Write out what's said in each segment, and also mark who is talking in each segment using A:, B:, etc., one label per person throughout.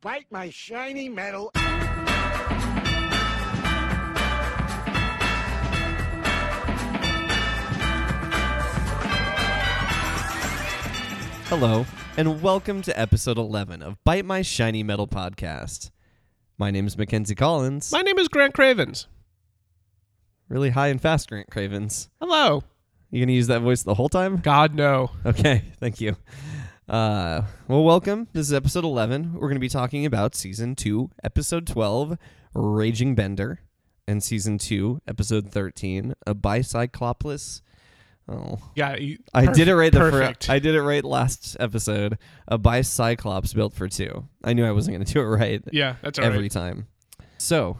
A: Despite my shiny metal.
B: Hello, and welcome to episode 11 of Bite My Shiny Metal Podcast. My name is Mackenzie Collins.
C: My name is Grant Cravens.
B: really high and fast, Grant Cravens.
C: Hello.
B: You gonna use that voice the whole time?
C: God, no.
B: Okay, thank you. Uh, well, welcome. This is episode 11. We're gonna be talking about season 2, episode 12, Raging Bender, and season 2, episode 13, a bicyclopless. Oh,
C: Yeah, you,
B: I did it right the
C: perfect.
B: first. I did it right last episode. A bicyclops built for two. I knew I wasn't going to do it right
C: yeah, that's all right.
B: every time. So,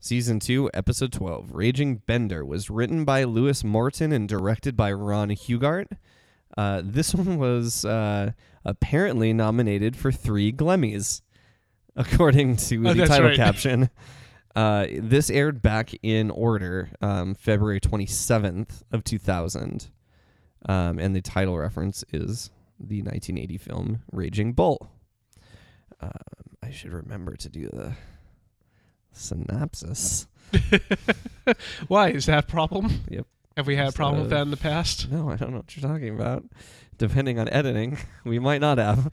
B: season two, episode twelve, "Raging Bender" was written by Lewis Morton and directed by Ron Hugart. Uh, this one was uh, apparently nominated for three Glemmys, according to
C: Oh,
B: the
C: that's
B: title
C: right.
B: caption. Uh, this aired back in order, um, February twenty seventh of two thousand, um, and the title reference is the nineteen eighty film Raging Bull. Um, I should remember to do the synopsis.
C: Why is that a problem?
B: Yep. uh,
C: Have we had a problem with
B: So-
C: that in the past?
B: No, I don't know what you're talking about. Depending on editing, we might not have.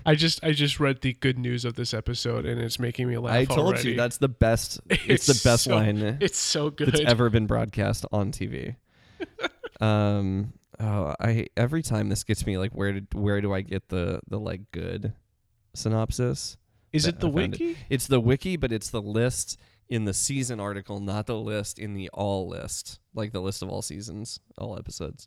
C: I just I just read the good news of this episode and it's making me laugh.
B: I told
C: already.
B: you that's the best. It's,
C: It's
B: the best
C: so
B: line
C: it's so good.
B: that's ever been broadcast on TV. um, oh, I every time this gets me like, where did where do I get the the like good synopsis?
C: is
B: I
C: it the
B: found it.
C: wiki?
B: It's the wiki, but it's the list in the season article, not the list in the all list, like the list of all seasons, all episodes.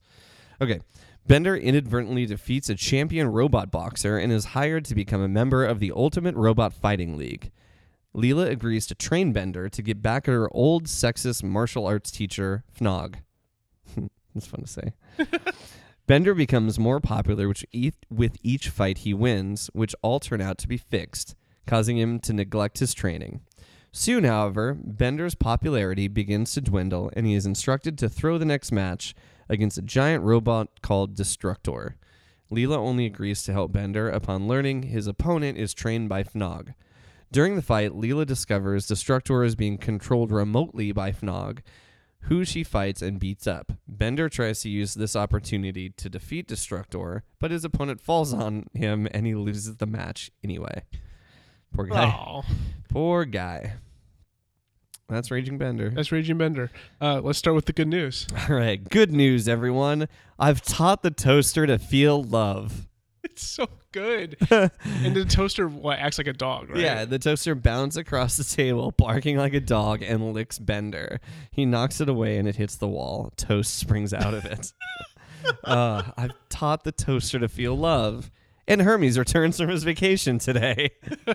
B: Okay. Bender inadvertently defeats a champion robot boxer and is hired to become a member of the Ultimate Robot Fighting League. Leela agrees to train Bender to get back at her old sexist martial arts teacher, Fnog. That's fun to say. Bender becomes more popular which eith- with each fight he wins, which all turn out to be fixed, causing him to neglect his training. Soon, however, Bender's popularity begins to dwindle, and he is instructed to throw the next match against a giant robot called Destructor. Leela only agrees to help Bender upon learning his opponent is trained by Fnog. During the fight, Leela discovers Destructor is being controlled remotely by Fnog, who she fights and beats up. Bender tries to use this opportunity to defeat Destructor, but his opponent falls on him and he loses the match anyway. Poor guy.
C: Oh,
B: Poor guy. That's Raging Bender.
C: that's Raging Bender. Uh, let's start with the good news.
B: All right. Good news, everyone. I've taught the toaster to feel love.
C: It's so good. and the toaster what, acts like a dog, right?
B: Yeah, the toaster bounds across the table, barking like a dog, and licks Bender. He knocks it away and it hits the wall. Toast springs out of it. uh, I've taught the toaster to feel love. And Hermes returns from his vacation today.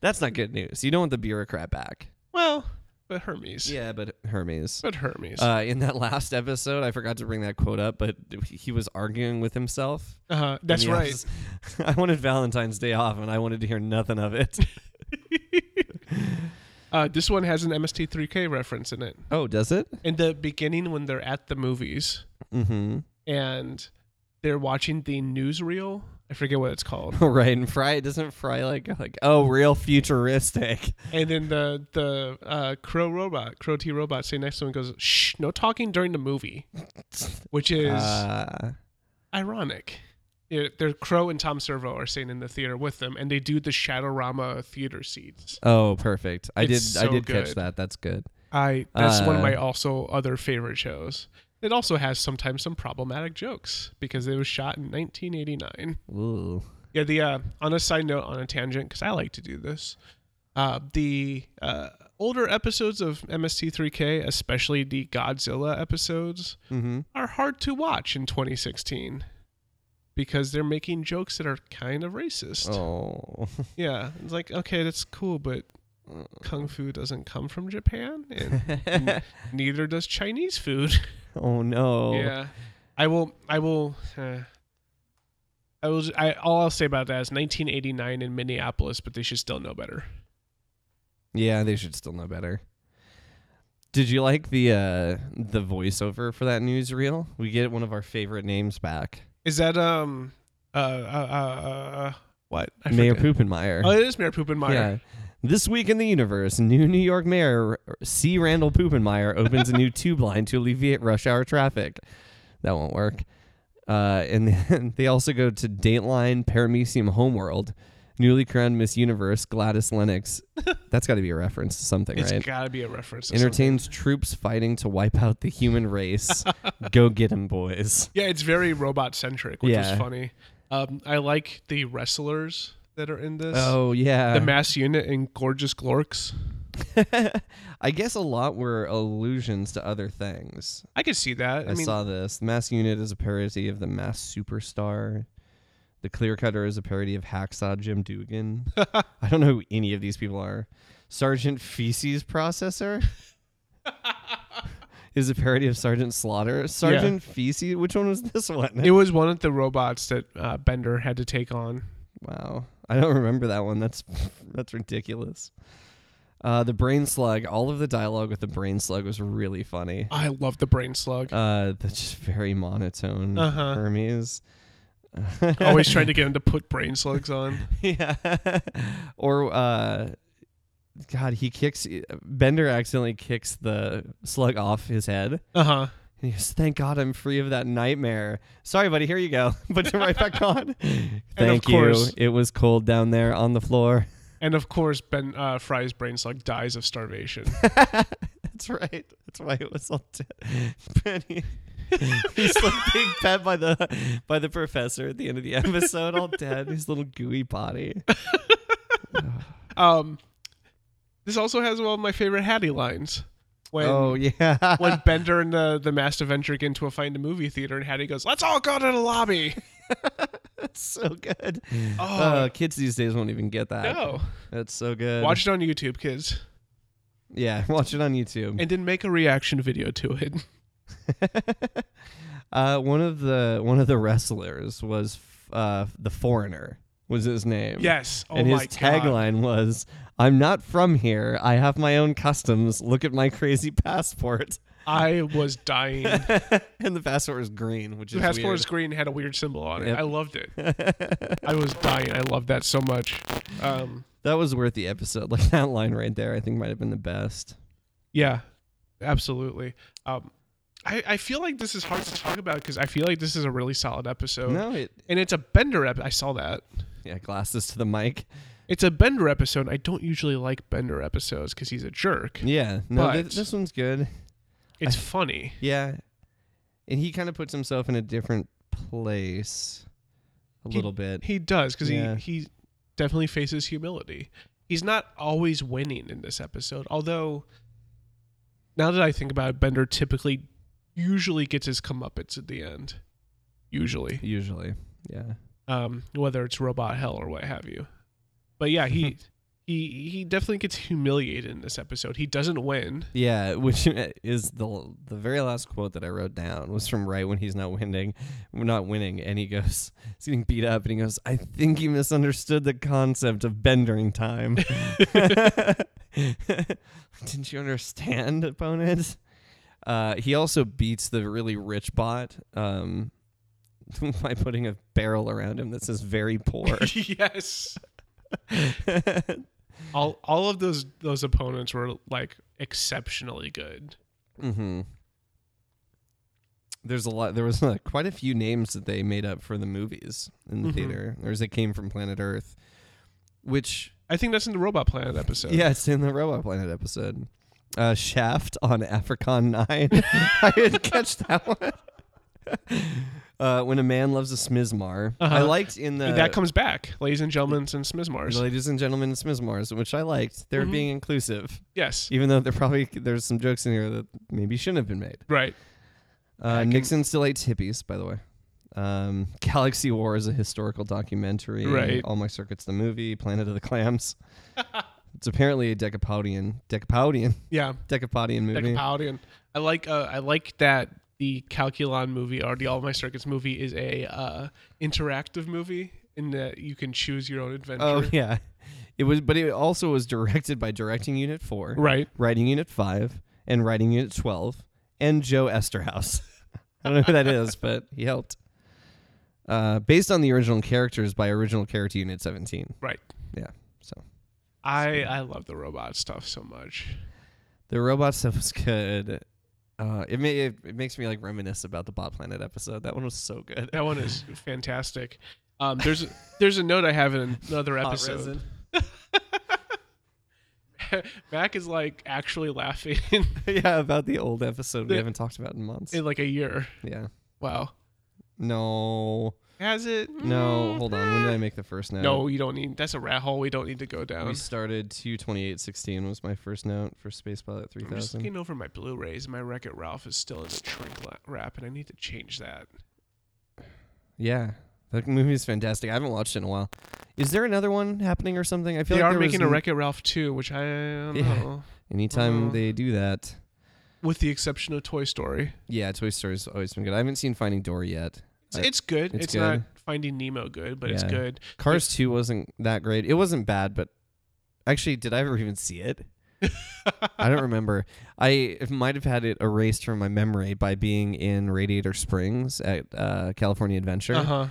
B: That's not good news. You don't want the bureaucrat back.
C: Well, but Hermes.
B: Yeah, but Hermes.
C: But Hermes.
B: Uh, in that last episode, I forgot to bring that quote up, but he was arguing with himself.
C: uh-huh. That's
B: And he
C: right.
B: was- I wanted Valentine's Day off, and I wanted to hear nothing of it.
C: Uh, this one has an MST3K reference in it.
B: oh, does it?
C: In the beginning, when they're at the movies
B: Mm-hmm.
C: and they're watching the newsreel, I forget what it's called.
B: right, and Fry doesn't Fry like like oh, real futuristic.
C: and then the the uh, crow robot, crow T robot, sitting next to him goes, "Shh, no talking during the movie," which is
B: Uh,
C: ironic. Yeah, They're Crow and Tom Servo are sitting in the theater with them, and they do the Shadowrama theater seats.
B: oh, perfect. I did.
C: It's
B: I
C: so
B: did catch
C: good.
B: that. That's good.
C: I that's one
B: Uh.
C: of my also other favorite shows. It also has sometimes some problematic jokes because it was shot in 1989.
B: Ooh.
C: Yeah, the uh, on a side note, on a tangent, because I like to do this. Uh, the uh, older episodes of MST3K, especially the Godzilla episodes,
B: Mm-hmm.
C: are hard to watch in 2016 because they're making jokes that are kind of racist.
B: Oh.
C: Yeah, it's like okay, that's cool, but kung fu doesn't come from Japan, and n- neither does Chinese food.
B: oh no.
C: Yeah, I will. I will. Uh, I will. I all I'll say about that is 1989 in Minneapolis, but they should still know better.
B: Yeah, they should still know better. Did you like the uh, the voiceover for that newsreel? We get one of our favorite names back.
C: Is that um uh, uh, uh, what? I
B: Mayor
C: forget.
B: Poopenmeyer.
C: Oh, it is Mayor Poopenmeyer.
B: Yeah. This week in the universe, new New York Mayor C. Randall Poopenmeyer opens a new tube line to alleviate rush hour traffic. That won't work. Uh, and then they also go to Dateline Paramecium Homeworld. Newly crowned Miss Universe Gladys Lennox. That's got to be a reference to something,
C: It's
B: right?
C: gotta be a reference. to something.
B: Entertains troops fighting to wipe out the human race. go get 'em, boys.
C: Yeah, it's very robot centric, which
B: Yeah.
C: is funny. Um, I like the wrestlers that are in this.
B: Oh yeah.
C: The mass unit and gorgeous glorks.
B: I guess a lot were allusions to other things.
C: I could see that. I,
B: I
C: mean,
B: saw this. The Mass Unit is a parody of the Mass Superstar. The Clear Cutter is a parody of Hacksaw Jim Dugan. I don't know who any of these people are. Sergeant Feces Processor is a parody of Sergeant Slaughter. Sergeant Feces. Which one was this one?
C: it was one of the robots that uh, Bender had to take on.
B: wow, I don't remember that one. That's that's ridiculous. Uh, the Brain Slug. All of the dialogue with the Brain Slug was really funny.
C: I love the brain slug.
B: Uh, that's just very monotone
C: Uh-huh. Oh,
B: Hermes.
C: Always trying to get him to put brain slugs on.
B: yeah. or uh God, he kicks Bender accidentally kicks the slug off his head.
C: Uh huh.
B: And he goes, Thank God I'm free of that nightmare. Sorry, buddy, here you go. Put him right back on. Thank you.
C: course-
B: It was cold down there on the floor.
C: And of course, Ben uh, Fry's brain slug dies of starvation.
B: That's right. That's why it was all dead. Benny. He's like being fed by the by the professor at the end of the episode, all dead, his little gooey body.
C: um, this also has one of my favorite Hattie lines. When
B: oh yeah.
C: when Bender and the, the Master Venture get into a fight in the movie theater, and Hattie goes, "Let's all go to the lobby."
B: so good.
C: Oh,
B: Uh, kids these days won't even get that.
C: no!
B: That's so good.
C: Watch it on YouTube, kids,
B: yeah, watch it on YouTube.
C: and then make a reaction video to it.
B: uh, one of the one of the wrestlers was uh, the foreigner was his name.
C: Yes. Oh
B: and
C: my
B: his tagline was, "I'm not from here. I have my own customs. Look at my crazy passport."
C: God. I was dying. The
B: and the passport was green, which is
C: passport
B: weird.
C: screen had a weird symbol on it.
B: Yep.
C: I loved it. I was dying. I loved that so much. Um,
B: That was worth the episode. Like that line right there, I think might have been the best.
C: yeah, absolutely. Um, I, I feel like this is hard to talk about because I feel like this is a really solid episode.
B: No, it
C: And it's a Bender ep. I saw that.
B: yeah, glasses to the mic.
C: It's a Bender episode. I don't usually like Bender episodes because he's a jerk.
B: Yeah, no, thi-
C: But-
B: this one's good.
C: It's funny.
B: Yeah. And he kind of puts himself in a different place a little bit.
C: He does because
B: Yeah.
C: he he definitely faces humility. He's not always winning in this episode, although now that I think about it, Bender typically usually gets his comeuppance at the end. Usually,
B: Usually. Yeah.
C: um, whether it's robot hell or what have you. But yeah, he he he definitely gets humiliated in this episode. He doesn't win.
B: Yeah, which is the the very last quote that I wrote down was from right when he's not winning, not winning, and he goes, he's getting beat up, and he goes, I think he misunderstood the concept of bendering time. Didn't you understand, opponent? Uh, he also beats the really rich bot um, by putting a barrel around him that says very poor.
C: yes. all all of those those opponents were like exceptionally good.
B: Mm-hmm. There's a lot. There was uh, quite a few names that they made up for the movies in the
C: Mhm.
B: theater. There's that came from Planet Earth, which
C: I think that's in the Robot Planet episode.
B: yeah, it's in the Robot Planet episode. Uh, Shaft on Africon Nine. I didn't catch that one. Uh, when a man loves a smizmar, I
C: Uh-huh.
B: liked in the
C: that comes back, ladies and gentlemen, since Mars.
B: ladies and gentlemen smizmars, which I liked. They're
C: Mhm.
B: being inclusive,
C: Yes.
B: even though they're probably there's some jokes in here that maybe shouldn't have been made.
C: Right.
B: Uh, Nixon still hates hippies, by the way. Um, Galaxy War is a historical documentary.
C: Right.
B: All My Circuits, the movie, Planet of the Clams. it's apparently a Decapodian, Decapodian,
C: Yeah.
B: Decapodian movie.
C: Decapodian. I like uh, I like that the Calculon movie or the All My Circuits movie is a uh, interactive movie in that you can choose your own adventure.
B: oh yeah, it was, but it also was directed by directing unit four,
C: Right.
B: writing unit five, and writing unit twelve, and Joe Esterhaus. I don't know who that is, but he helped. uh, based on the original characters by original character unit 17.
C: Right.
B: Yeah. So
C: I I love the robot stuff so much.
B: the robot stuff was good. Uh, it, may, it it makes me like reminisce about the Bot Planet episode. That one was so good.
C: That one is fantastic. Um, there's there's a note I have in another
B: Hot
C: episode.
B: resin.
C: Mac is like actually laughing
B: yeah, about the old episode we
C: The-
B: haven't talked about in months.
C: in like a year.
B: yeah.
C: Wow.
B: No.
C: Has it?
B: No.
C: Mm,
B: Hold on. When
C: eh.
B: did I make the first note?
C: No, you don't need. That's a rat hole. We don't need to go down.
B: We started 22816 was my first note for Space Pilot
C: I'm just
B: 3000.
C: looking over my Blu-rays. My Wreck-It Ralph is still in the shrink la- wrap, and I need to change that.
B: Yeah. That movie is fantastic. I haven't watched it in a while. Is there another one happening or something? I feel
C: They
B: like
C: are
B: there was
C: making a
B: n-
C: Wreck-It Ralph 2, which I don't
B: Yeah.
C: know.
B: Anytime
C: Uh,
B: they do that.
C: With the exception of Toy Story,
B: Yeah, Toy Story's always been good. I haven't seen Finding Dory yet.
C: it's,
B: I-
C: it's good.
B: it's
C: It's, not
B: good.
C: Finding Nemo good, but it's
B: Yeah.
C: good.
B: Cars 2 wasn't that great. It wasn't bad, but actually, did I ever even see it? I don't remember. I might have had it erased from my memory by being in Radiator Springs at uh, California Adventure
C: Uh huh.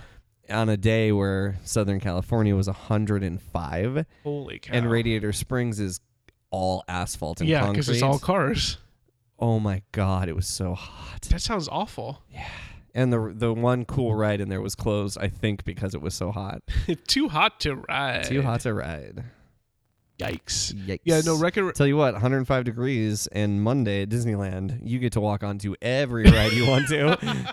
B: on a day where Southern California was 105
C: Holy cow!
B: and Radiator Springs is all asphalt and
C: Yeah,
B: concrete.
C: it's all cars.
B: oh my god, it was so hot.
C: That sounds awful.
B: And the the one cool ride in there was closed, I think, because it was so hot.
C: Too hot to ride.
B: Too hot to ride.
C: Yikes.
B: Yikes.
C: Yeah, no Wreck-It.
B: Tell you what, 105 degrees and Monday at Disneyland, you get to walk onto every ride you want to,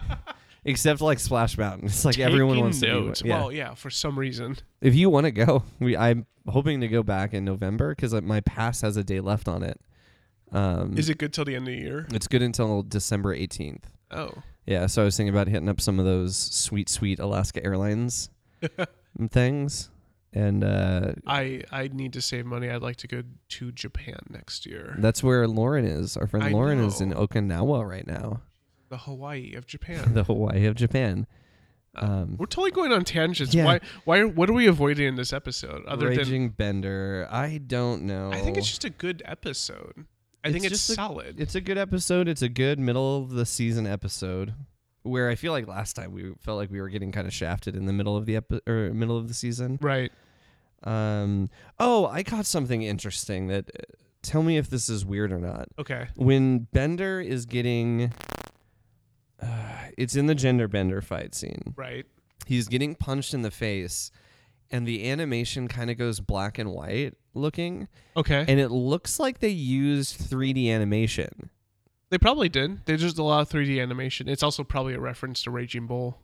B: except like Splash Mountain. It's like everyone
C: Taking
B: wants
C: note.
B: to. Be, yeah.
C: Well, yeah, for some reason.
B: if you want to go, we I'm hoping to go back in November because my pass has a day left on it. Um,
C: Is it good till the end of the year?
B: It's good until December 18th.
C: Oh.
B: Yeah, so I was thinking about hitting up some of those sweet, sweet Alaska Airlines and things, and uh,
C: I I need to save money. I'd like to go to Japan next year.
B: that's where Lauren is. Our friend
C: I
B: Lauren is in
C: know.
B: Okinawa right now,
C: The Hawaii of Japan.
B: the Hawaii of Japan. Um,
C: We're totally going on tangents.
B: Yeah.
C: Why why are- what are we avoiding in this episode other than
B: Raging Bender. I don't know.
C: I think it's just a good episode. I think
B: It's
C: it's
B: just a-
C: solid.
B: it's a good episode. It's a good middle of the season episode. Where I feel like last time we felt like we were getting kind of shafted in the middle of the epi- or middle of the season.
C: right.
B: Um, oh, I caught something interesting that uh, tell me if this is weird or not.
C: Okay.
B: When Bender is getting uh, it's in the gender bender fight scene.
C: Right.
B: He's getting punched in the face and the animation kind of goes black and white looking
C: Okay.
B: and it looks like they used 3D animation.
C: they probably did. They just allow 3D animation. It's also probably a reference to Raging Bull.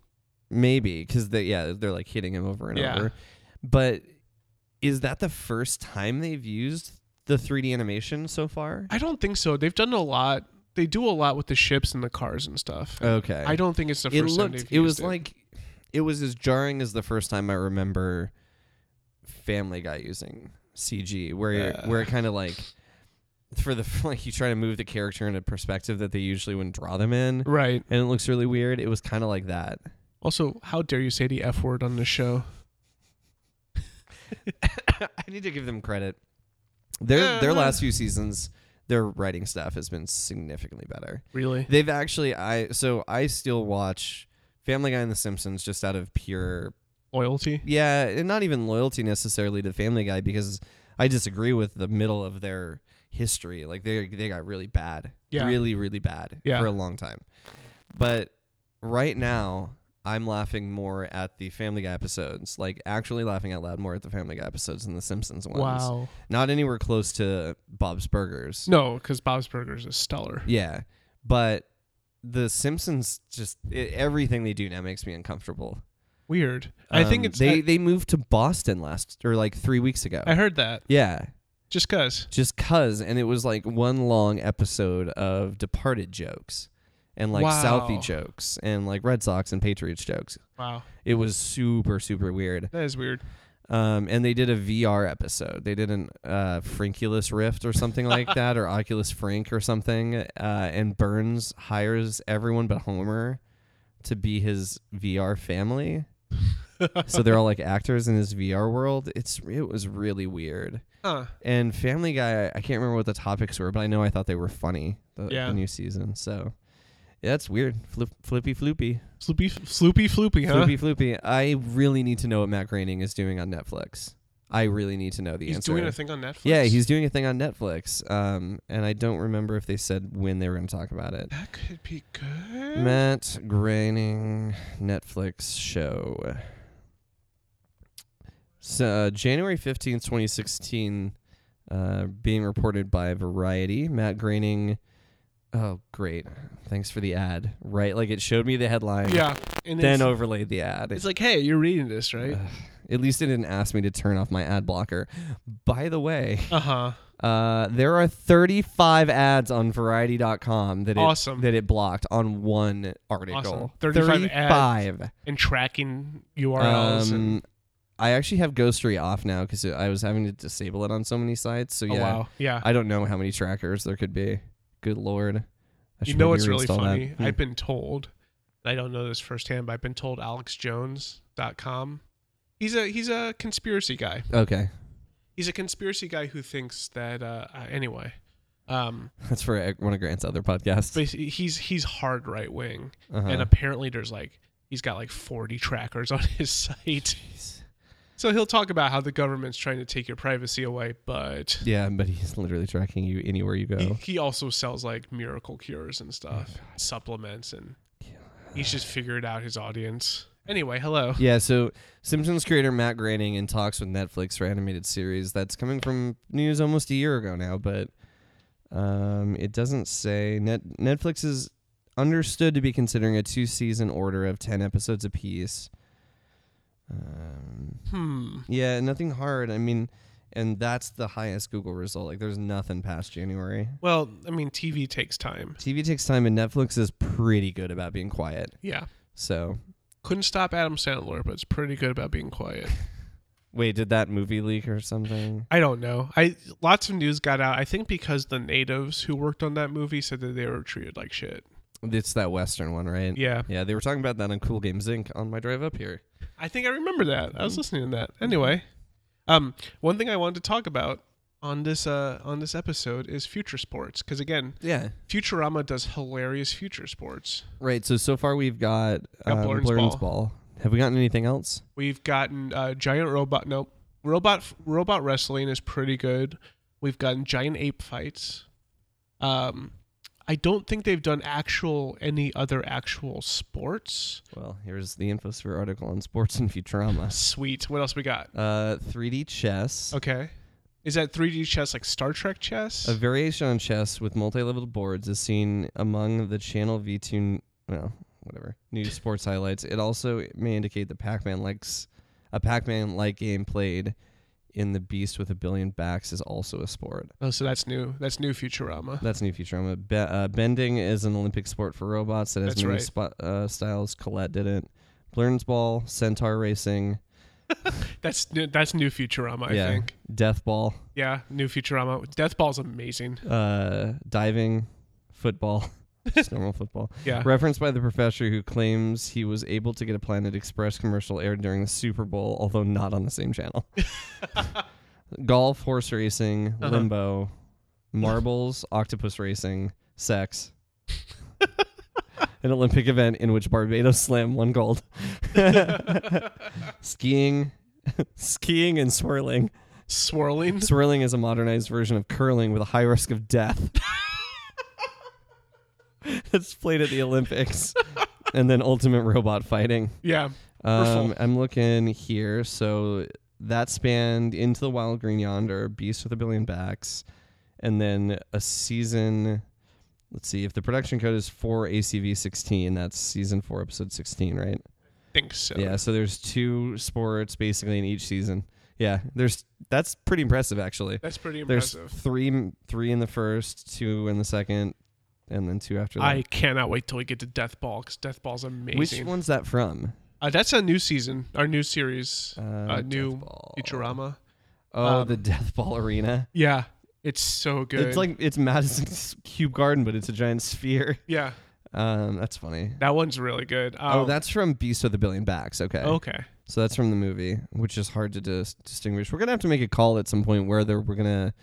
B: Maybe cuz they yeah, they're like hitting him over and
C: Yeah.
B: over. But is that the first time they've used the 3D animation so far?
C: I don't think so. They've done a lot. They do a lot with the ships and the cars and stuff.
B: Okay.
C: I don't think it's the first
B: it
C: time
B: looked
C: they've
B: it was
C: used
B: like it was as jarring as the first time I remember Family Guy using CG where
C: Uh.
B: where it kind of like for the like you try to move the character in a perspective that they usually wouldn't draw them in
C: right.
B: and it looks really weird. It was kind of like that.
C: Also, how dare you say the F word on the show?
B: I need to give them credit. Their
C: Uh,
B: their
C: uh.
B: last few seasons their writing staff has been significantly better.
C: Really?
B: They've actually I so I still watch Family Guy and The Simpsons just out of pure
C: Loyalty?
B: Yeah, and not even loyalty necessarily to Family Guy because I disagree with the middle of their history. Like they they got really bad,
C: Yeah.
B: really really bad
C: Yeah.
B: for a long time. But right now, I'm laughing more at the Family Guy episodes. Like actually laughing out loud more at the Family Guy episodes than the Simpsons ones.
C: Wow.
B: Not anywhere close to Bob's Burgers.
C: No, because Bob's Burgers is stellar.
B: Yeah, but the Simpsons just it, everything they do now makes me uncomfortable.
C: Weird. I think
B: Um,
C: it's.
B: they
C: I,
B: they moved to Boston last or like three weeks ago.
C: I heard that.
B: Yeah,
C: Just because.
B: just cuz and it was like one long episode of departed jokes and like
C: Wow.
B: Southie jokes and like Red Sox and Patriots jokes.
C: Wow.
B: It was super super weird.
C: That is weird.
B: Um and they did a VR episode. They did an uh Frinkulus Rift or something like that or Oculus Frink or something uh and Burns hires everyone but Homer to be his VR family. so they're all like actors in his VR world. It's it was really weird.
C: Huh.
B: And Family Guy, I can't remember what the topics were, but I know I thought they were funny the, the
C: Yeah.
B: new season. So Yeah, that's weird. Flip, flippy floopy.
C: Sloopy, floopy, floopy, huh?
B: Floopy floopy. I really need to know what Matt Groening is doing on Netflix. I really need to know the
C: He's
B: answer.
C: doing a thing on Netflix.
B: yeah, he's doing a thing on Netflix. Um, and I don't remember if they said when they were going to talk about it.
C: That could be good.
B: Matt Groening Netflix show. So, uh, January 15th, 2016, uh, being reported by Variety. Matt Groening. Oh, great. Thanks for the ad. Right? Like it showed me the headline,
C: Yeah, and
B: then
C: it's,
B: overlaid the ad.
C: it's like, hey, you're reading this, right?
B: At least it didn't ask me to turn off my ad blocker. By the way,
C: Uh huh.
B: uh, there are 35 ads on Variety.com that it,
C: Awesome.
B: that it blocked on one article.
C: Awesome. 35 ads.
B: 35.
C: And tracking URLs. and,
B: Um, I actually have Ghostery off now because I was having to disable it on so many sites. So
C: oh,
B: yeah,
C: wow. Yeah.
B: I don't know how many trackers there could be. Good lord. I
C: you
B: should
C: know
B: maybe
C: what's really
B: reinstall that.
C: funny?
B: Hmm.
C: I've been told, and I don't know this firsthand, but I've been told AlexJones.com. He's a he's a conspiracy guy.
B: okay,
C: He's a conspiracy guy who thinks that uh, uh, anyway. Um,
B: that's for uh, one of Grant's other podcasts.
C: but he's he's hard right wing,
B: Uh-huh.
C: and apparently there's like he's got like 40 trackers on his site.
B: Jeez.
C: So he'll talk about how the government's trying to take your privacy away, but
B: yeah, but he's literally tracking you anywhere you go.
C: he, he also sells like miracle cures and stuff, supplements, and he's just figured out his audience. Anyway, hello.
B: Yeah, so Simpsons creator Matt Groening in talks with Netflix for animated series. That's coming from news almost a year ago now, but um, it doesn't say. Net- Netflix is understood to be considering a two season order of 10 episodes apiece. Um,
C: Hmm.
B: yeah, nothing hard. I mean, and that's the highest Google result. Like, there's nothing past January.
C: Well, I mean, TV takes time.
B: TV takes time, and Netflix is pretty good about being quiet.
C: Yeah.
B: So,
C: Couldn't stop Adam Sandler, but it's pretty good about being quiet.
B: wait, did that movie leak or something?
C: I don't know. I lots of news got out. I think because the natives who worked on that movie said that they were treated like shit.
B: It's that Western one, right?
C: Yeah.
B: Yeah, they were talking about that on Cool Games Inc. on my drive up here.
C: I think I remember that. I was listening to that. Anyway, um, one thing I wanted to talk about on this uh on this episode is future sports because again,
B: Yeah.
C: Futurama does hilarious future sports.
B: Right. So so far we've got,
C: Got
B: um,
C: Blurns
B: Blurns
C: Ball.
B: Ball. Have we gotten anything else?
C: We've gotten uh, giant robot. Nope. Robot robot wrestling is pretty good. We've gotten giant ape fights. Um, I don't think they've done actual any other actual sports.
B: Well, here's the Infosphere article on sports and Futurama.
C: Sweet. What else we got?
B: Uh, 3D chess.
C: Okay. Is that 3D chess like Star Trek chess?
B: A variation on chess with multi-level boards is seen among the Channel V2. n- Well, whatever. New sports highlights. It also may indicate that Pac-Man likes a Pac-Man like game played in the Beast with a billion backs is also a sport.
C: oh, so that's new. That's new Futurama.
B: That's new Futurama. Be- uh, bending is an Olympic sport for robots that has
C: That's
B: many
C: right.
B: spot, uh, styles. Colette did it. Blurns ball, centaur racing,
C: That's new, that's new Futurama. I
B: yeah,
C: think.
B: death ball,
C: Yeah, new Futurama. Deathball's amazing.
B: uh, diving, football, just normal football.
C: Yeah.
B: Referenced by the professor who claims he was able to get a Planet Express commercial aired during the Super Bowl, although not on the same channel. Golf, horse racing,
C: Uh-huh.
B: limbo, marbles, octopus racing, sex. An Olympic event in which Barbados slam won gold. skiing, skiing and swirling.
C: Swirling.
B: Swirling is a modernized version of curling with a high risk of death. It's played at the Olympics. and then ultimate robot fighting.
C: Yeah. We're full.
B: Um, I'm looking here. So that spanned into the wild green yonder, Beast with a Billion Backs, and then a season. Let's see if the production code is for ACV 16. That's season four, episode 16, right?
C: think so.
B: Yeah. So there's two sports basically in each season. Yeah. There's that's pretty impressive actually.
C: That's pretty
B: There's
C: impressive.
B: three three in the first, two in the second, and then two after that.
C: I cannot wait till we get to Death Ball because Death Ball's amazing.
B: Which one's that from?
C: Uh, that's a new season, our new series,
B: Uh,
C: uh, new
B: Death Ball.
C: Futurama.
B: Oh,
C: um,
B: the Death Ball Arena.
C: Yeah, it's so good.
B: It's like it's Madison's Cube Garden, but it's a giant sphere.
C: yeah,
B: Um, that's funny.
C: that one's really good.
B: Oh,
C: Um,
B: that's from Beast with a Billion Backs. Okay,
C: okay.
B: so that's from the movie, which is hard to dis- distinguish. We're gonna have to make a call at some point whether we're gonna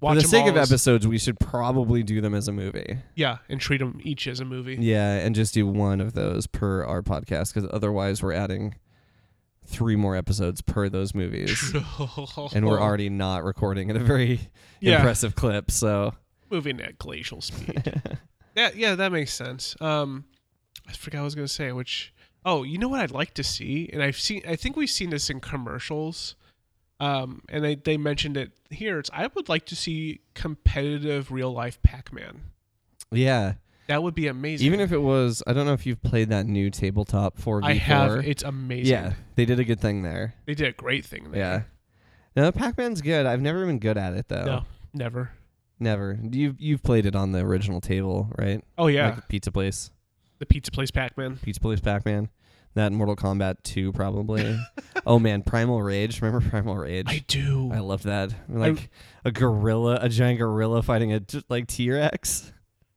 C: Watch
B: For the
C: them
B: sake
C: all
B: of
C: as-
B: episodes, we should probably do them as a movie.
C: Yeah, and treat them each as a movie.
B: Yeah, and just do one of those per our podcast because otherwise we're adding three more episodes per those movies. and we're already not recording at a very
C: Yeah.
B: impressive clip. So
C: moving at glacial speed. yeah, yeah, that makes sense. Um, I forgot what I was gonna say. Which, oh, you know what I'd like to see, and I've seen. I think we've seen this in commercials. Um, and they, they mentioned it here. It's I would like to see competitive real life Pac Man.
B: yeah,
C: That would be amazing.
B: even if it was, I don't know if you've played that new tabletop four v four.
C: I have, it's amazing.
B: Yeah, they did a good thing there.
C: they did a great thing. There.
B: Yeah. No, Pac Man's good. I've never been good at it though.
C: No, never.
B: Never. You've you've played it on the original table, right?
C: Oh yeah,
B: Like Pizza Place.
C: the pizza place Pac Man.
B: Pizza Police Pac-Man. That and Mortal Kombat 2 probably. oh man, Primal Rage. Remember Primal Rage?
C: I do.
B: I loved that. Like a gorilla, a giant gorilla fighting a t- like T-Rex.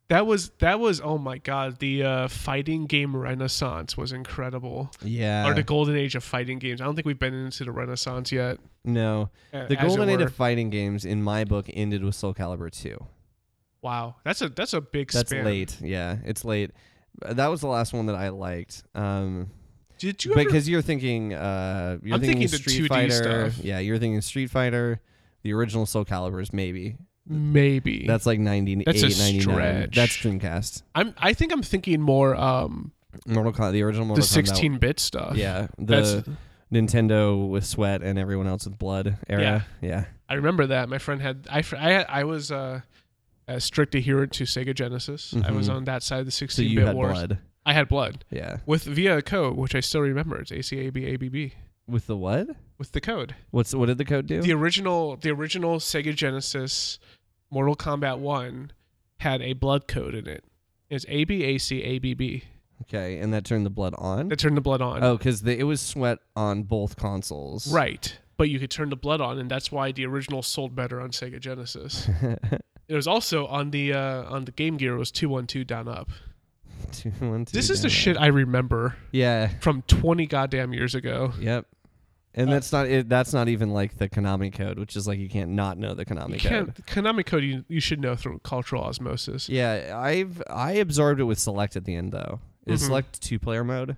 C: that was that was. Oh my god, the uh, fighting game renaissance was incredible.
B: Yeah.
C: or the golden age of fighting games. I don't think we've been into the Renaissance yet.
B: no.
C: uh,
B: The
C: as it
B: golden age
C: were.
B: of fighting games in my book ended with Soul Calibur 2.
C: wow, that's a that's a big
B: That's
C: span.
B: late. Yeah, it's late. Uh, That was the last one that I liked. Um
C: Did you ever?
B: because you're thinking uh you're
C: I'm thinking the
B: Street
C: 2D
B: Fighter.
C: stuff.
B: Yeah, you're thinking Street Fighter, the original Soul Caliburs maybe.
C: Maybe
B: That's like 98,
C: That's a
B: 99.
C: stretch.
B: That's Dreamcast.
C: I'm. I think I'm thinking more um
B: Mortal Kombat, the original Mortal
C: the
B: Kombat.
C: 16 bit stuff.
B: Yeah. The
C: That's-
B: Nintendo with sweat and everyone else with blood era. Yeah.
C: I remember that. My friend had I fr- I had- I was uh, a strict adherent to Sega Genesis. I was
B: Mhm.
C: on that side of the
B: So
C: 16
B: you
C: bit
B: had
C: wars.
B: blood.
C: I had blood
B: Yeah.
C: with via a code, which I still remember. It's ACABABB
B: With the what?
C: with the code.
B: What's what did the code do?
C: the original the original Sega Genesis Mortal Kombat 1 had a blood code in it. It's ABACABB
B: okay, and that turned the blood on.
C: that turned the blood on.
B: Oh, because it was sweat on both consoles.
C: Right. But you could turn the blood on and that's why the original sold better on Sega Genesis. it was also on the uh, on the Game Gear it was 212 down up.
B: Two, one, two,
C: This is
B: down.
C: the shit I remember
B: Yeah.
C: from 20 goddamn years ago.
B: Yep. And
C: Uh,
B: that's not it, that's not even like the Konami code, which is like you can't not know the Konami
C: You
B: code.
C: can't Konami code you, you should know through cultural osmosis.
B: Yeah, I've I absorbed it with select at the end though. Is
C: Mhm.
B: select two player mode?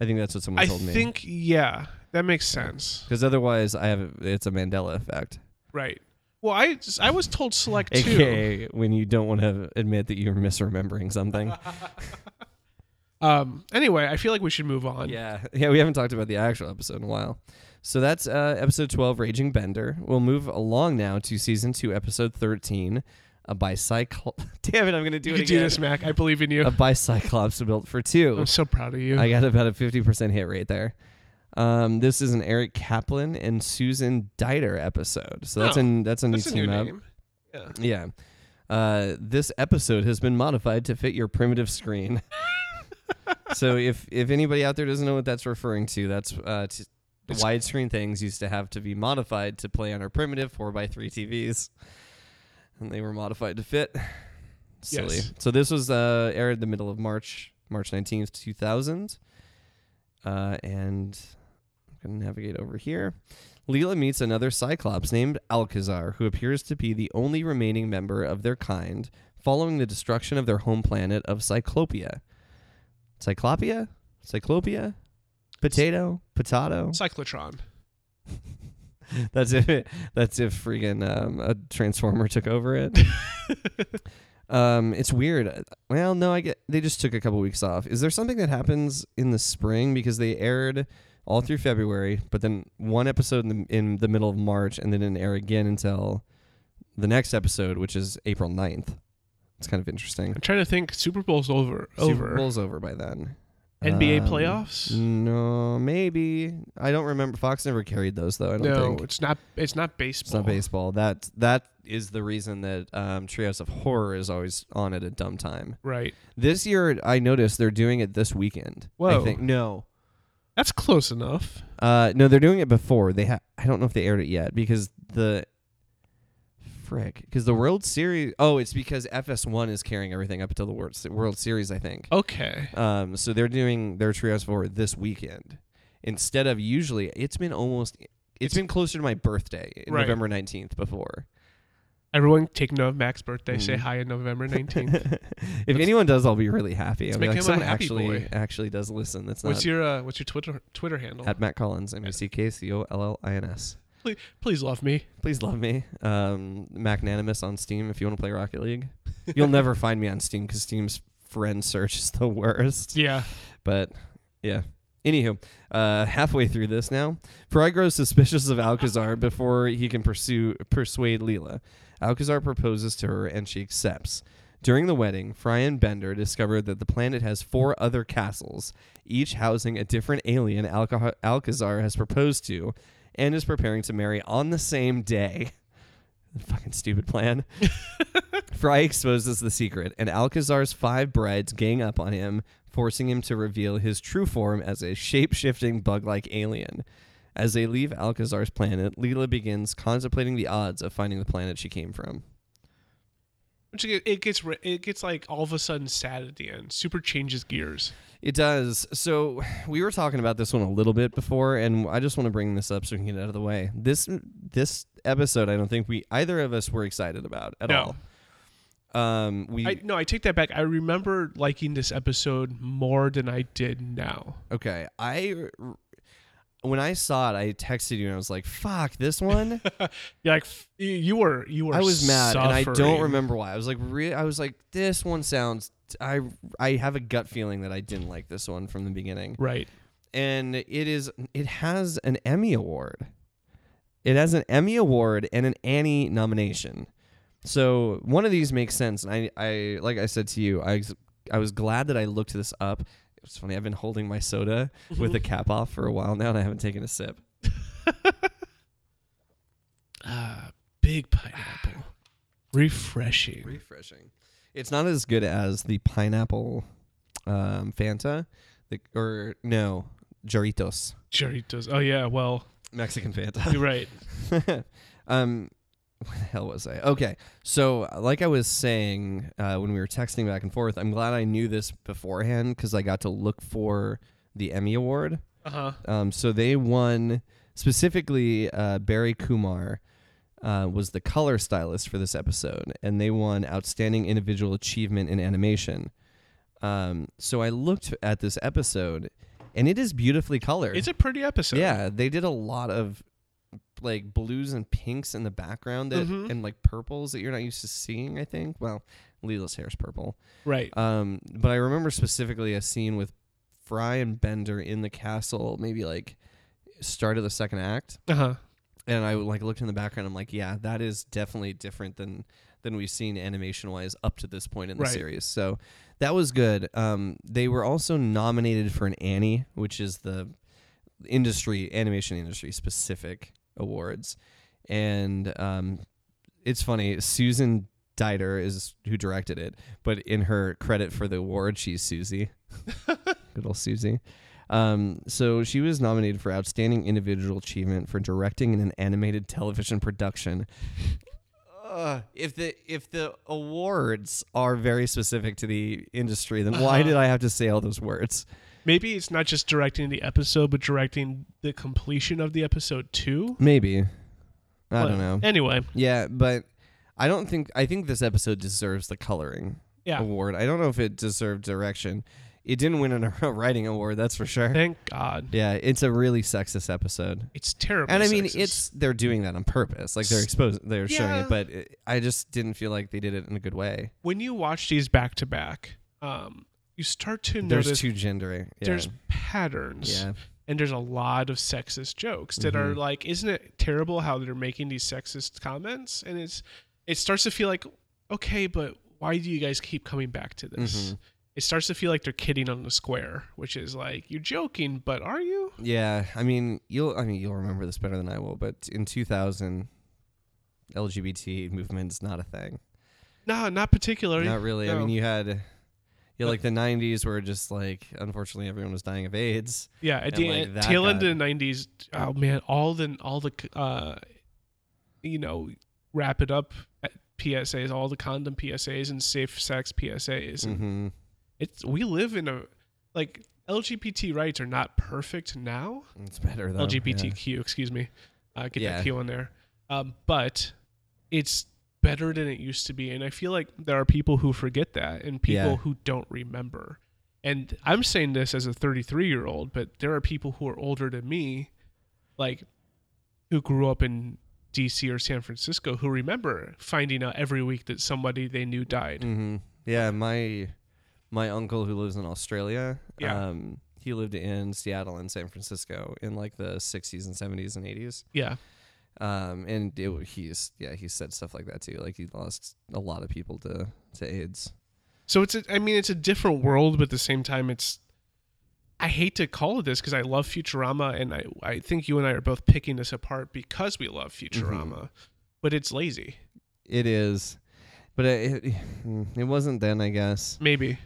B: I think that's what someone
C: I
B: told me.
C: think yeah, that makes sense.
B: because otherwise I have it's a Mandela effect,
C: Right. Well, I I was told select two.
B: aka when you don't want to admit that you're misremembering something.
C: Um. Anyway, I feel like we should move on.
B: yeah, yeah, we haven't talked about the actual episode in a while. So that's uh, episode twelve, Raging Bender. We'll move along now to season two, episode thirteen, a bicycle. Damn it, I'm gonna do
C: You
B: it
C: can
B: again.
C: do this, Mac. I believe in you.
B: A bicyclops built for two.
C: I'm so proud of you.
B: I got about a 50% hit rate there. Um, this is an Eric Kaplan and Susan Dieter episode. So that's
C: Oh,
B: an that's a new
C: That's a new
B: team up.
C: name. Yeah.
B: Yeah. Uh, this episode has been modified to fit your primitive screen. so if if anybody out there doesn't know what that's referring to, that's uh, t- the
C: It's-
B: widescreen things used to have to be modified to play on our primitive 4x3 TVs. And they were modified to fit. Silly.
C: Yes.
B: So this was uh, aired the middle of March, March 19th, 2000. Uh, and I'm going to navigate over here. Leela meets another Cyclops named Alcazar, who appears to be the only remaining member of their kind following the destruction of their home planet of Cyclopia. Cyclopia? Cyclopia? Potato? Potato?
C: Cyclotron.
B: That's if it, that's if freaking um, a transformer took over it. um, it's weird. Well, no, I get they just took a couple weeks off. Is there something that happens in the spring because they aired all through February, but then one episode in the, in the middle of March, and then didn't air again until the next episode, which is April 9th. It's kind of interesting.
C: I'm trying to think. Super Bowl's over.
B: Super
C: over.
B: Bowl's over by then.
C: NBA
B: Um,
C: playoffs.
B: No, maybe. I don't remember. Fox never carried those though. I don't
C: No,
B: think.
C: it's not. It's not
B: It's
C: baseball.
B: not baseball. That that is the reason that um, Trios of Horror is always on at a dumb time.
C: Right.
B: This year, I noticed they're doing it this weekend. I
C: Whoa.
B: think no,
C: That's close enough.
B: uh, no, they're doing it before. They ha- I don't know if they aired it yet because the frick because the World Series. Oh, it's because FS1 is carrying everything up until the World World Series. I think.
C: Okay.
B: Um, so they're doing their Trios of Horror this weekend instead of usually. It's been almost. it's been closer to my birthday,
C: Right.
B: November nineteenth, before.
C: I Everyone take note of Mac's birthday.
B: Mm-hmm.
C: Say hi on November 19th.
B: if anyone does, I'll be really happy. I'll be
C: make
B: like,
C: him a
B: someone
C: happy
B: actually
C: boy."
B: actually does listen. That's
C: what's
B: not
C: your uh, what's your Twitter Twitter handle?
B: at Matt Collins, M A C K C O L L I N S.
C: please, please love me.
B: Please love me, um, Magnanimous on Steam. If you want to play Rocket League, you'll never find me on Steam because Steam's friend search is the worst.
C: Yeah.
B: But yeah. Anywho, uh, halfway through this now, Fry grows suspicious of Alcazar before he can pursue persuade Leela. Alcazar proposes to her and she accepts. During the wedding, Fry and Bender discover that the planet has four other castles, each housing a different alien Alca- Alcazar has proposed to and is preparing to marry on the same day. Fucking stupid plan. Fry exposes the secret, and Alcazar's five brides gang up on him, forcing him to reveal his true form as a shape shifting bug like alien. As they leave Alcazar's planet, Leela begins contemplating the odds of finding the planet she came from.
C: Which it it gets ri- it gets like all of a sudden sad at the end. Super changes gears.
B: It does. So we were talking about this one a little bit before, and I just want to bring this up so we can get it out of the way. This this episode, I don't think we either of us were excited about at
C: No.
B: all. Um, we
C: I, no, I take that back. I remember liking this episode more than I did now.
B: Okay, I when I saw it, I texted you and I was like, "Fuck this one."
C: You're like f- you- you were you were.
B: I was mad and I don't
C: suffering.
B: remember why. I was like, re- I was like, "This one sounds." I I have a gut feeling that I didn't like this one from the beginning,
C: Right.
B: and it is it has an Emmy award. It has an Emmy award and an Annie nomination. So one of these makes sense. And I, I like I said to you, I, ex- I was glad that I looked this up. It was funny. I've been holding my soda with the cap off for a while now, and I haven't taken a sip.
C: Ah, big pineapple. Refreshing.
B: Refreshing. It's not as good as the pineapple um, Fanta, the, or no Jarritos
C: Churritos. Oh yeah. Well,
B: Mexican Fanta.
C: you're right.
B: um, where the hell was I? Okay, so like I was saying uh, when we were texting back and forth, I'm glad I knew this beforehand because I got to look for the Emmy Award.
C: Uh huh.
B: Um, so they won specifically uh, Barry Kumar. Uh, was the color stylist for this episode, and they won Outstanding Individual Achievement in Animation. Um, so I looked at this episode, and it is beautifully colored.
C: It's a pretty episode.
B: Yeah, they did a lot of like blues and pinks in the background that,
C: Mhm.
B: and like purples that you're not used to seeing. I think. Well, Leela's hair is purple.
C: Right.
B: Um, but I remember specifically a scene with Fry and Bender in the castle, maybe like start of the second act,
C: Uh huh.
B: and I like looked in the background. I'm like, yeah, that is definitely different than than we've seen animation wise up to this point in the
C: Right.
B: series. So that was good. Um, they were also nominated for an Annie, which is the industry animation industry specific awards, and um, it's funny. Susan Dieter is who directed it, but in her credit for the award, she's Susie. good old Susie. Um, so she was nominated for Outstanding Individual Achievement for directing in an animated television production. Ugh, if the if the awards are very specific to the industry, then why did I have to say all those words?
C: Maybe it's not just directing the episode, but directing the completion of the episode too.
B: Maybe I
C: But
B: don't know.
C: Anyway,
B: Yeah, but I don't think I think this episode deserves the coloring
C: Yeah.
B: award. I don't know if it deserved direction. It didn't win an writing award, that's for sure.
C: thank God.
B: Yeah, it's a really sexist episode.
C: It's terrible.
B: And I mean,
C: sexist.
B: it's they're doing that on purpose. Like they're exposed, they're showing
C: Yeah.
B: it, but it, I just didn't feel like they did it in a good way.
C: when you watch these back to back, um, you start to
B: There's
C: notice
B: two gender. Yeah.
C: there's patterns.
B: yeah. Mm-hmm.
C: and there's a lot of sexist jokes that are like isn't it terrible how they're making these sexist comments and it's it starts to feel like okay but why do you guys keep coming back to this
B: Mm-hmm.
C: it starts to feel like they're kidding on the square which is like you're joking but are you
B: Yeah, I mean, you'll I mean, you'll remember this better than I will, but in 2000 LGBT movement's not a thing.
C: no not particularly
B: Not really. I
C: No.
B: mean, you had you had like the '90s where just like unfortunately everyone was dying of AIDS.
C: yeah at
B: and,
C: the
B: like,
C: end,
B: that
C: tail end
B: guy.
C: of the 90s oh man all the all the uh you know wrap it up at psas all the condom psas and safe sex psas and
B: hmm
C: it's we live in a like LGBT rights are not perfect now.
B: It's better though.
C: LGBTQ, excuse me, uh, get
B: Um, Yeah.
C: that Q on there. Um, but it's better than it used to be. And I feel like there are people who forget that and people
B: Yeah.
C: who don't remember. And I'm saying this as a 33 year old, but there are people who are older than me, like who grew up in DC or San Francisco, who remember finding out every week that somebody they knew died.
B: hmm Yeah, my my uncle who lives in Australia.
C: Yeah.
B: Um, he lived in Seattle and San Francisco in like the 60s and 70s and 80s.
C: Yeah.
B: Um, and it, wa- he's yeah he said stuff like that too. Like he lost a lot of people to to AIDS.
C: So it's, a, I mean, it's a different world, but at the same time, it's, I hate to call it this because I love Futurama and I, I think you and I are both picking this apart because we love
B: Mm-hmm.
C: Futurama, but it's lazy.
B: It is, but it it, it wasn't then. I guess.
C: Maybe.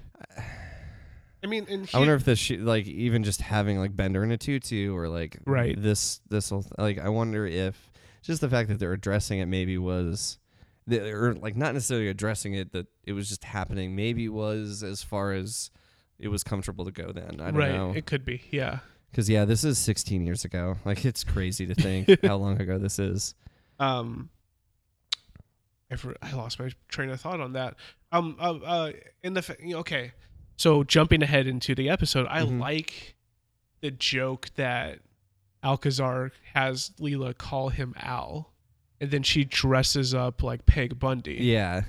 C: I mean, and
B: I wonder
C: here-
B: if this sh- like even just having like Bender in a tutu or like
C: Right.
B: this this whole th- like I wonder if just the fact that they're addressing it maybe was th- or like not necessarily addressing it that it was just happening maybe was as far as it was comfortable to go then I don't
C: right,
B: know
C: it could be. Yeah.
B: because yeah this is 16 years ago like it's crazy to think how long ago this is
C: Um, I, for- I lost my train of thought on that. Um, uh, uh in the fa- you know, okay, so jumping ahead into the episode, I
B: Mhm.
C: like the joke that Alcazar has Leela call him Al, and then she dresses up like Peg Bundy.
B: yeah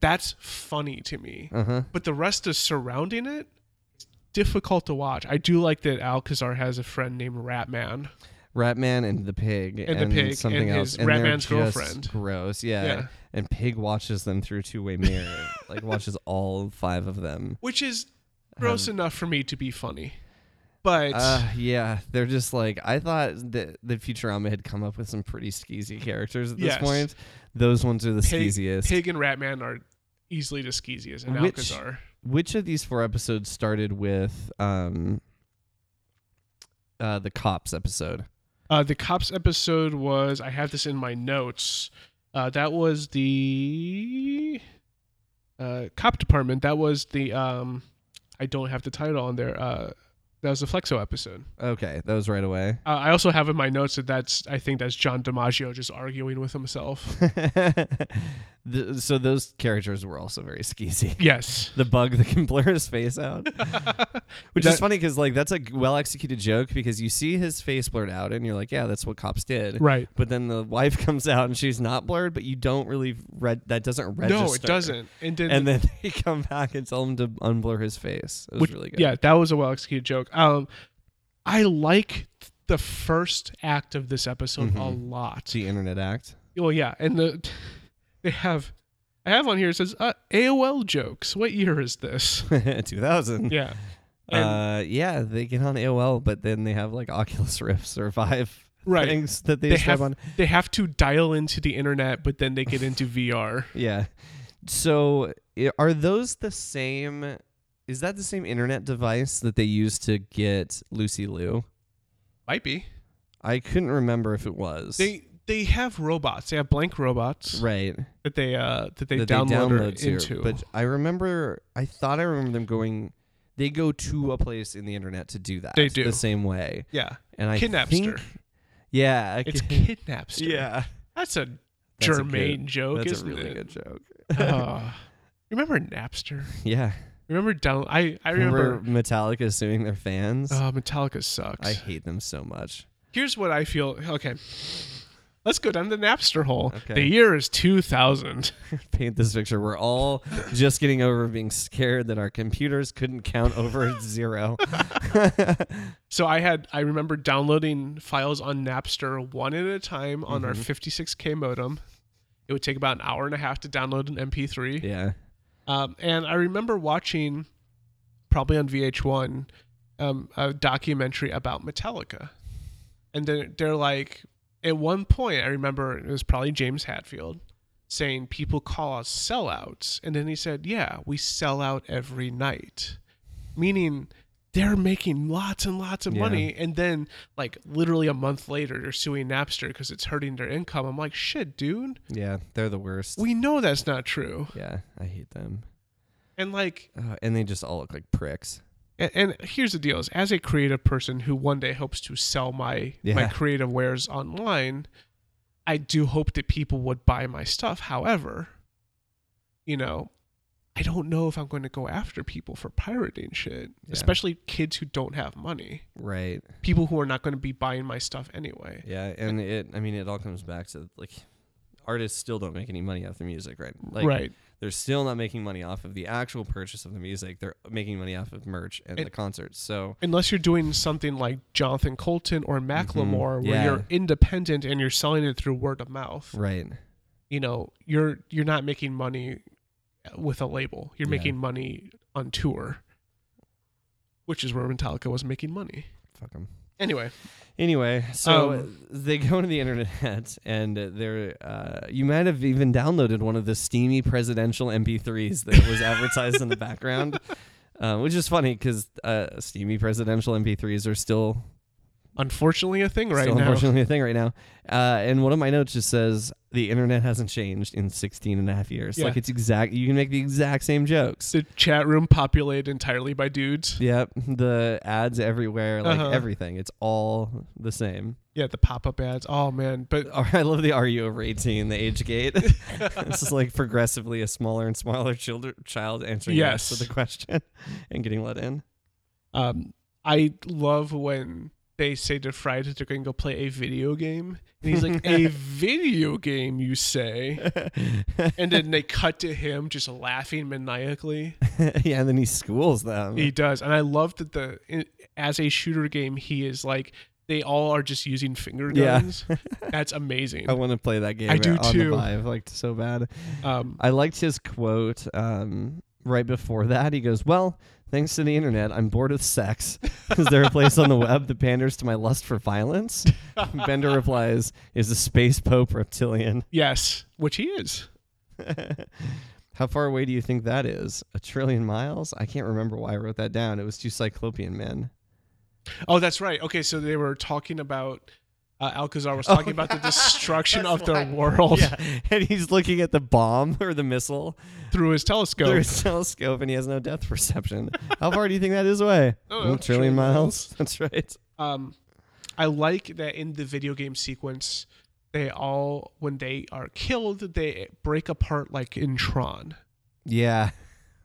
C: That's funny to me.
B: uh huh
C: But the rest is surrounding it. It's difficult to watch. I do like that Alcazar has a friend named Ratman.
B: Ratman and the pig
C: And the pig
B: something
C: and
B: else
C: his-
B: and they're
C: Ratman's
B: just
C: girlfriend.
B: gross yeah.
C: Yeah.
B: and pig watches them through two way mirror like watches all five of them
C: which is gross enough for me to be funny. But
B: Um, uh, yeah they're just like I thought that that Futurama had come up with some pretty skeezy characters at this
C: Yes.
B: point those ones are the
C: Pig,
B: skeeziest
C: Pig and Ratman are easily the skeeziest, and
B: Which-
C: Alcazar.
B: which of these four episodes started with um uh the cops episode
C: Uh, the cops episode was I have this in my notes. Uh, that was the uh, cop department. That was the um, I don't have the title on there. Uh, that was the Flexo episode.
B: okay that was right away
C: Uh, I also have in my notes that that's I think that's John DiMaggio just arguing with himself.
B: Th- so those characters were also very skeezy
C: yes.
B: the bug that can blur his face out Which is
C: That-
B: funny because like that's a well executed joke because you see his face blurred out and you're like, yeah, that's what cops did.
C: Right.
B: But then the wife comes out and she's not blurred, but you don't really read that doesn't register.
C: No, it doesn't. And then
B: And then they come back and tell him to unblur his face. It was
C: Which-
B: really good.
C: Yeah, that was a well executed joke. Um, I like th- the first act of this episode a
B: Mm-hmm.
C: lot.
B: The Internet Act.
C: Well, yeah, and the they have I have on here it says uh, AOL jokes. What year is this?
B: 2000.
C: Yeah, and-
B: uh, yeah, they get on AOL, but then they have like Oculus Rifts or Vive
C: Right.
B: things that they,
C: they
B: used to have
C: have
B: on.
C: they have to dial into the internet, but then they get into VR.
B: Yeah. So i- are those the same? Is that the same internet device that they used to get Lucy Liu?
C: Might be
B: I couldn't remember if it was.
C: they they have robots. They have blank robots
B: right.
C: that they uh that they
B: that
C: download, or
B: to,
C: into.
B: But I remember, I thought I remember them going, they go to a place in the internet to do that.
C: They do.
B: The same way.
C: yeah,
B: And I
C: Kidnapster.
B: think- yeah. I
C: it's
B: ca-
C: kidnaps.
B: yeah.
C: that's a
B: That's a
C: germane
B: good-
C: joke,
B: That's
C: isn't
B: a really
C: it?
B: good joke.
C: Uh, remember Napster?
B: Yeah.
C: Remember down? I I
B: Remember,
C: remember.
B: Metallica suing their fans?
C: Uh, Metallica sucks.
B: I hate them so much.
C: Here's what I feel. Okay, let's go down the Napster hole.
B: Okay.
C: The year is 2000.
B: paint this picture. We're all just getting over being scared that our computers couldn't count over zero.
C: So I had I remember downloading files on Napster one at a time on
B: Mm-hmm.
C: our 56k modem. It would take about an hour and a half to download an MP3.
B: yeah.
C: Um, and I remember watching, probably on VH1, um, a documentary about Metallica. And they're, they're like, at one point, I remember it was probably James Hatfield saying, People call us sellouts. And then he said, Yeah, we sell out every night. Meaning they're making lots and lots of
B: Yeah.
C: money. And then, like, literally a month later, they're suing Napster because it's hurting their income. I'm like, Shit, dude,
B: Yeah. They're the worst.
C: we know that's not true.
B: yeah. I hate them.
C: And, like,
B: Uh, and they just all look like pricks.
C: And, and here's the deal: is as a creative person who one day hopes to sell my my
B: Yeah.
C: creative wares online, I do hope that people would buy my stuff. However, you know, I don't know if I'm going to go after people for pirating shit, especially kids who don't have money,
B: Right.
C: people who are not going to be buying my stuff anyway.
B: Yeah, and it I mean it all comes back to like artists still don't make any money off the music, right? Like
C: Right.
B: they're still not making money off of the actual purchase of the music. They're making money off of merch and the
C: And-
B: concerts. So
C: Unless you're doing something like Jonathan Colton or Macklemore, where
B: Mm-hmm. Yeah.
C: you're independent and you're selling it through word of mouth,
B: Right.
C: you know, you're you're not making money with a label. You're
B: Yeah.
C: making money on tour, which is where Metallica was making money.
B: Fuck them.
C: Anyway,
B: Anyway, so
C: Um,
B: they go to the internet and they're uh, you might have even downloaded one of the steamy presidential MP3s that was advertised in the background, uh, which is funny because uh, steamy presidential MP3s are still
C: unfortunately, a thing right
B: still
C: now.
B: unfortunately a thing right now. Uh, and one of my notes just says the internet hasn't changed in 16 and a half years.
C: Yeah.
B: Like it's exact. You can make the exact same jokes.
C: The chat room populated entirely by dudes.
B: Yep. The ads everywhere, like
C: Uh-huh.
B: everything. It's all the same.
C: Yeah, the pop up ads. Oh man, but
B: Or- I love the "Are you over 18?" The age gate. this is like progressively a smaller and smaller children, child answering yes.
C: Yes.
B: to the question and getting let in.
C: um, I love when they say to Fry that they're going to go play a video game, and he's like, "A video game, you say?" And then they cut to him just laughing maniacally.
B: yeah, and then he schools them.
C: He does, and I love that the in, as a shooter game, he is like they all are just using finger
B: Yeah. Oh.
C: guns. That's amazing.
B: I want to play that game.
C: I do
B: on
C: too.
B: The vibe, like so bad.
C: Um,
B: I liked his quote um, right before that. He goes, "Well, thanks to the internet, I'm bored with sex. Is there a place on the web that panders to my lust for violence?" Bender replies, "Is the space pope reptilian?"
C: yes, which he is.
B: How far away do you think that is? A trillion miles? I can't remember why I wrote that down. It was too Cyclopean, man.
C: Oh, that's right. Okay, so they were talking about uh, Alcazar was talking about the destruction of their world
B: and he's looking at the bomb or the missile
C: through his telescope.
B: through his telescope, and he has no depth perception. How far do you think that is away?
C: Oh,
B: Mm,
C: a
B: trillion
C: trillion
B: miles. That's right.
C: Um, I like that in the video game sequence, they all when they are killed, they break apart like in Tron.
B: Yeah,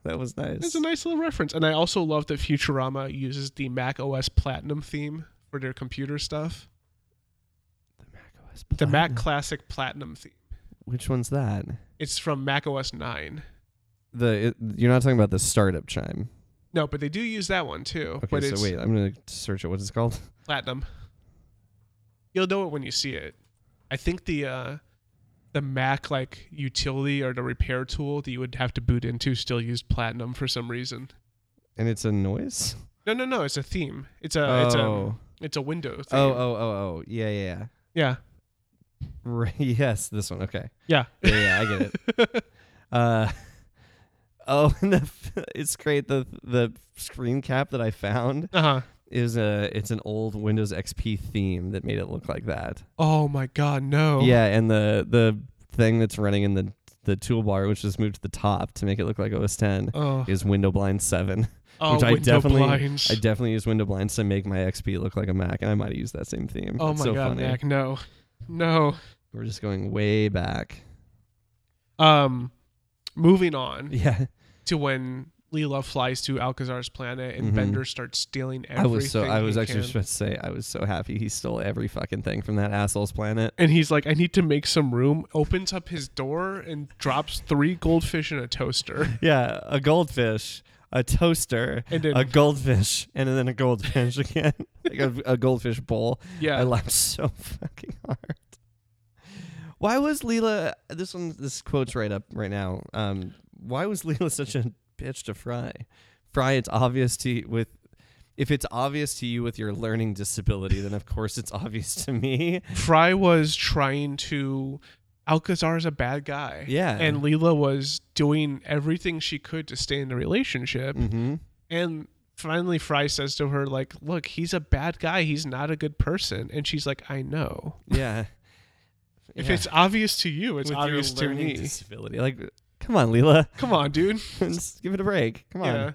B: that was nice.
C: It's a nice little reference, and I also love that Futurama uses the Mac OS Platinum theme for their computer stuff. The Mac Classic Platinum theme.
B: Which one's that?
C: It's from Mac OS nine.
B: The it, you're not talking about the startup chime.
C: No, but they do use that one too.
B: Okay,
C: but
B: so
C: it's
B: wait, I'm gonna search it. What is it called?
C: platinum. You'll know it when you see it. I think the uh, the Mac like utility or the repair tool that you would have to boot into still used platinum for some reason.
B: And it's a noise.
C: No, no, no. It's a theme. It's a
B: oh.
C: Uh, it's a it's a window theme.
B: oh, oh, oh, oh, yeah, yeah, yeah.
C: yeah,
B: Right, yes, this one. Okay.
C: yeah.
B: Yeah, yeah, I get it. Uh, oh, and the, it's great. The the screen cap that I found
C: Uh huh.
B: is a it's an old Windows XP theme that made it look like that.
C: Oh my God, no.
B: Yeah, and the the thing that's running in the the toolbar, which was moved to the top to make it look like OS 10,
C: Oh,
B: is Window Blind 7,
C: oh
B: which I
C: window
B: definitely
C: blinds.
B: I definitely use Window Blinds to make my XP look like a Mac, and I might have used that same theme.
C: oh
B: It's
C: my
B: so
C: God,
B: funny.
C: Mac, no, no.
B: We're just going way back.
C: Um, moving on
B: Yeah.
C: to when Leela flies to Alcazar's planet and
B: Mhm.
C: Bender starts stealing everything.
B: I was so I was
C: he
B: actually
C: can.
B: just about to say I was so happy he stole every fucking thing from that asshole's planet.
C: and he's like, I need to make some room, opens up his door and drops three goldfish in a toaster.
B: Yeah, a goldfish, a toaster,
C: And then-
B: a goldfish, and then a goldfish again, like a, a goldfish bowl.
C: Yeah.
B: I laughed so fucking hard. Why was Leela? This one, this quote's right up right now. Um, why was Leela such a bitch to Fry? Fry, it's obvious to you with. If it's obvious to you with your learning disability, then of course it's obvious to me.
C: Fry was trying to Alcazar is a bad guy.
B: Yeah.
C: And Leela was doing everything she could to stay in the relationship.
B: Mm-hmm.
C: And finally Fry says to her, like, look, he's a bad guy. He's not a good person. And she's like, I know.
B: Yeah.
C: If
B: Yeah.
C: it's obvious to you, it's
B: With your
C: obvious to
B: learning
C: me.
B: disability, like, come on, Leela,
C: Come on, dude.
B: Just give it a break. Come on.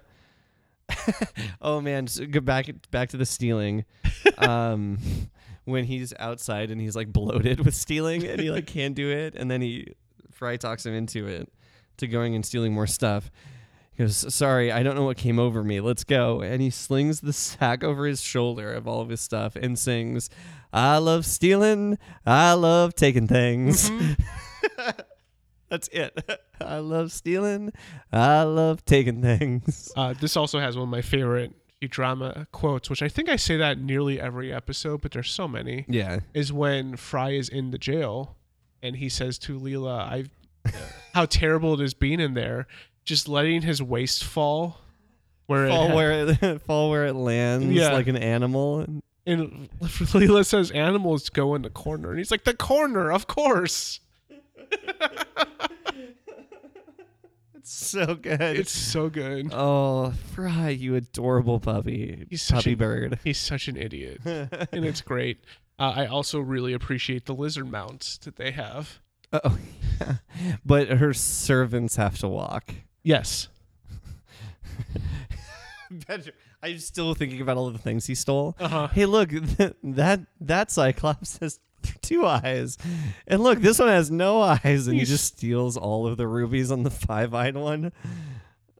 C: Yeah.
B: Oh man, so go back back to the stealing. um, when he's outside and he's like bloated with stealing and he like can't do it, and then he Fry talks him into it. to going and stealing more stuff. He goes, Sorry, I don't know what came over me. Let's go. And he slings the sack over his shoulder of all of his stuff and sings, I love stealing. I love taking things. That's it. I love stealing. I love taking things.
C: Uh, this also has one of my favorite drama quotes, which I think I say that nearly every episode, but there's so many.
B: Yeah.
C: Is when Fry is in the jail and he says to Leela, "I've how terrible it has been in there, just letting his waist fall." Where it
B: Fall
C: ha-
B: where it, fall where it lands
C: Yeah.
B: like an animal.
C: and Leela says animals go in the corner, and he's like, "The corner, of course."
B: It's so good.
C: It's so good.
B: Oh, Fry, you adorable puppy.
C: He's such
B: puppy
C: a-
B: bird.
C: He's such an idiot, and it's great. Uh, I also really appreciate the lizard mounts that they have.
B: Oh, but her servants have to walk.
C: Yes,
B: I'm still thinking about all the things he stole.
C: Uh-huh.
B: Hey, look, th- that that Cyclops has two eyes, and look, this one has no eyes, and he
C: He's-
B: just steals all of the rubies on the five-eyed one.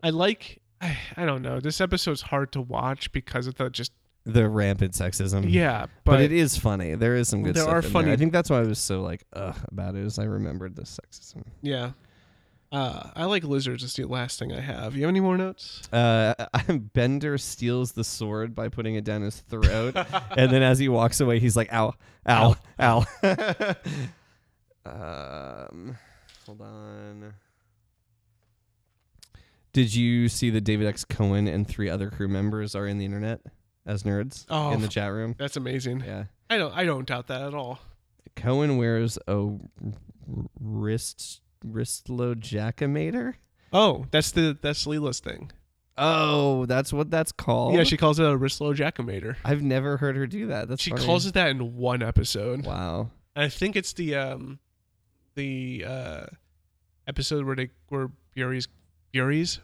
C: I like. I, I don't know. This episode's hard to watch because of the just
B: The rampant sexism.
C: yeah, Mm. but,
B: but, it is funny. There is some good.
C: There
B: stuff
C: are
B: in
C: funny-
B: I think that's why I was so like ugh about it. Is I remembered the sexism.
C: yeah. Uh, I like lizards. It's the last thing I have. You have any more notes?
B: Uh, Bender steals the sword by putting it down his throat, and then as he walks away, he's like, "Ow, ow, ow." um, hold on. Did you see that David X. Cohen and three other crew members are in the internet as nerds
C: Oh.
B: in the chat room?
C: That's amazing.
B: Yeah,
C: I don't. I don't doubt that at all.
B: Cohen wears a r- wrist wristlo jackamator.
C: Oh, that's the that's Leela's thing.
B: Oh, that's what that's called.
C: Yeah, she calls it a Ristlo Jackamator.
B: I've never heard her do that. That's
C: She
B: funny.
C: calls it that in one episode.
B: Wow.
C: And I think it's the um, the uh, episode where they where Yuri's Yuri's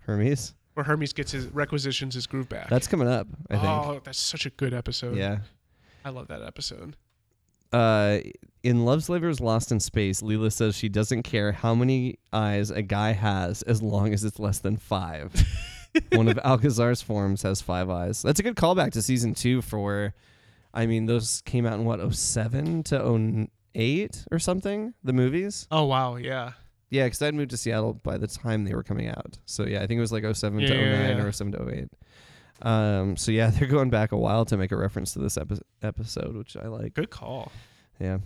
B: Hermes.
C: where Hermes gets his requisitions his groove back.
B: That's coming up, I think.
C: oh, that's such a good episode.
B: Yeah.
C: I love that episode.
B: Uh, in Love Slavers Lost in Space, Leela says she doesn't care how many eyes a guy has as long as it's less than five. One of Alcazar's forms has five eyes. That's a good callback to season two for, I mean, those came out in what, 07 to 08 or something? The movies?
C: Oh wow, yeah.
B: Yeah, because I'd moved to Seattle by the time they were coming out. So yeah, I think it was like 07 to
C: Yeah, yeah,
B: 09
C: yeah.
B: or 07 to 08. Um, so yeah, they're going back a while to make a reference to this epi- episode, which I like.
C: Good call.
B: Yeah.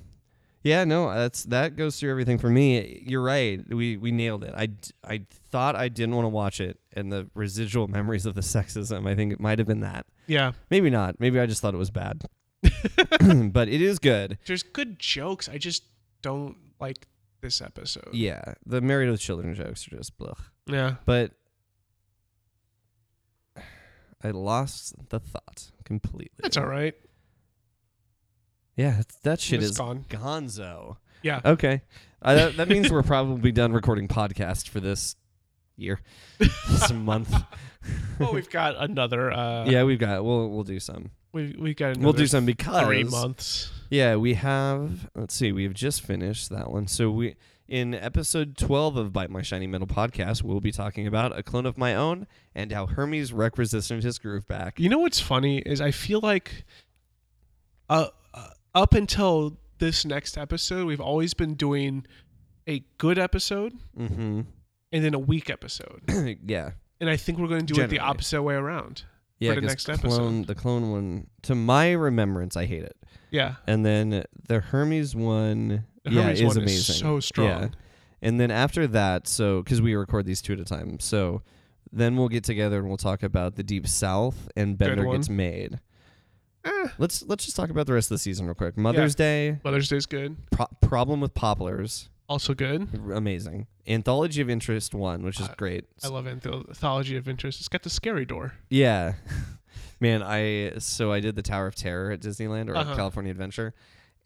B: Yeah, no, that's that goes through everything for me. You're right. We we nailed it. I, d- I thought I didn't want to watch it, and the residual memories of the sexism. I think it might have been that.
C: Yeah.
B: Maybe not. Maybe I just thought it was bad. but it is good.
C: There's good jokes. I just don't like this episode.
B: Yeah, the married with children jokes are just blech.
C: Yeah.
B: but I lost the thought completely.
C: That's all right.
B: Yeah, that's- that shit
C: It's
B: is
C: gone.
B: gonzo.
C: Yeah.
B: Okay, uh, that, that means we're probably done recording podcast for this year, this month.
C: well, we've got another uh
B: yeah, we've got. We'll we'll do some.
C: we we've got another
B: We'll do some because
C: three months.
B: Yeah, we have. Let's see. We have just finished that one. So we in episode 12 of Bite My Shiny Metal podcast, we'll be talking about a clone of my own and how Hermes wreck resistant his groove back.
C: You know what's funny is I feel like uh, uh up until this next episode, we've always been doing a good episode
B: Mm-hmm.
C: and then a weak episode.
B: yeah.
C: And I think we're going to do it the
B: Generally.
C: opposite way around.
B: Yeah,
C: for the
B: 'cause
C: next
B: clone,
C: episode.
B: The clone one, to my remembrance, I hate it.
C: Yeah.
B: And then the Hermes one,
C: The
B: yeah,
C: Hermes
B: is
C: one is
B: amazing.
C: so strong.
B: Yeah. And then after that, so because we record these two at a time, so then we'll get together and we'll talk about the Deep South and Bender
C: one.
B: gets made.
C: Eh,
B: Let's let's just talk about the rest of the season real quick. Mother's Day,
C: Mother's Day's good.
B: pro- problem with poplars,
C: Also good.
B: r- amazing. Anthology of Interest one, which is
C: I-
B: great.
C: I love Anthology of Interest. It's got the scary door.
B: Yeah. Man, I so I did the Tower of Terror at Disneyland or at
C: Uh-huh.
B: California Adventure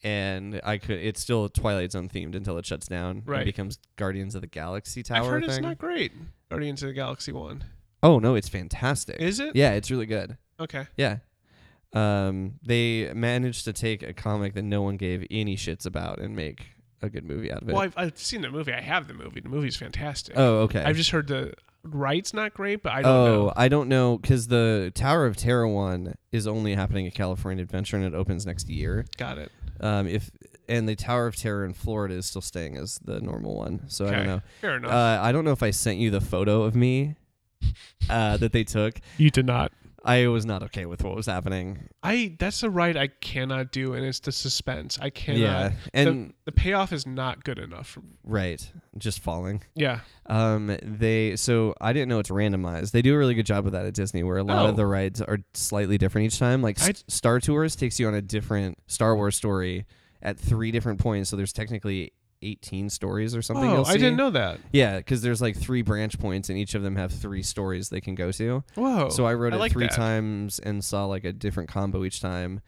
B: and I could it's still Twilight Zone themed until it shuts down
C: Right.
B: and becomes Guardians of the Galaxy Tower
C: I've heard
B: thing.
C: it's not great. Guardians of the Galaxy 1.
B: oh no, it's fantastic.
C: Is it?
B: yeah, it's really good.
C: Okay.
B: Yeah. Um they managed to take a comic that no one gave any shits about and make a good movie out of it.
C: Well, I've, I've seen the movie. I have the movie. The movie's fantastic.
B: oh, okay.
C: I've just heard the ride's not great, but I don't
B: oh,
C: know.
B: I don't know because the Tower of Terror one is only happening at California Adventure and it opens next year.
C: Got it.
B: Um, if and the Tower of Terror in Florida is still staying as the normal one, so I
C: Okay.
B: don't know.
C: Fair enough.
B: Uh, I don't know if I sent you the photo of me uh, that they took.
C: you did not.
B: I was not okay with what was happening.
C: I that's a ride I cannot do, and it's the suspense. I cannot.
B: Yeah, and
C: the, the payoff is not good enough. For,
B: right, just falling.
C: yeah,
B: Um, they so I didn't know it's randomized. They do a really good job with that at Disney, where a lot
C: Oh.
B: of the rides are slightly different each time. Like S-
C: I-
B: Star Tours takes you on a different Star Wars story at three different points, so there's technically 18 stories or something.
C: Whoa,
B: you'll
C: Oh, I didn't
B: see.
C: know that.
B: Yeah, because there's like three branch points, and each of them have three stories they can go to.
C: Whoa.
B: So I rode it
C: Oh, like
B: three
C: that.
B: times and saw like a different combo each time.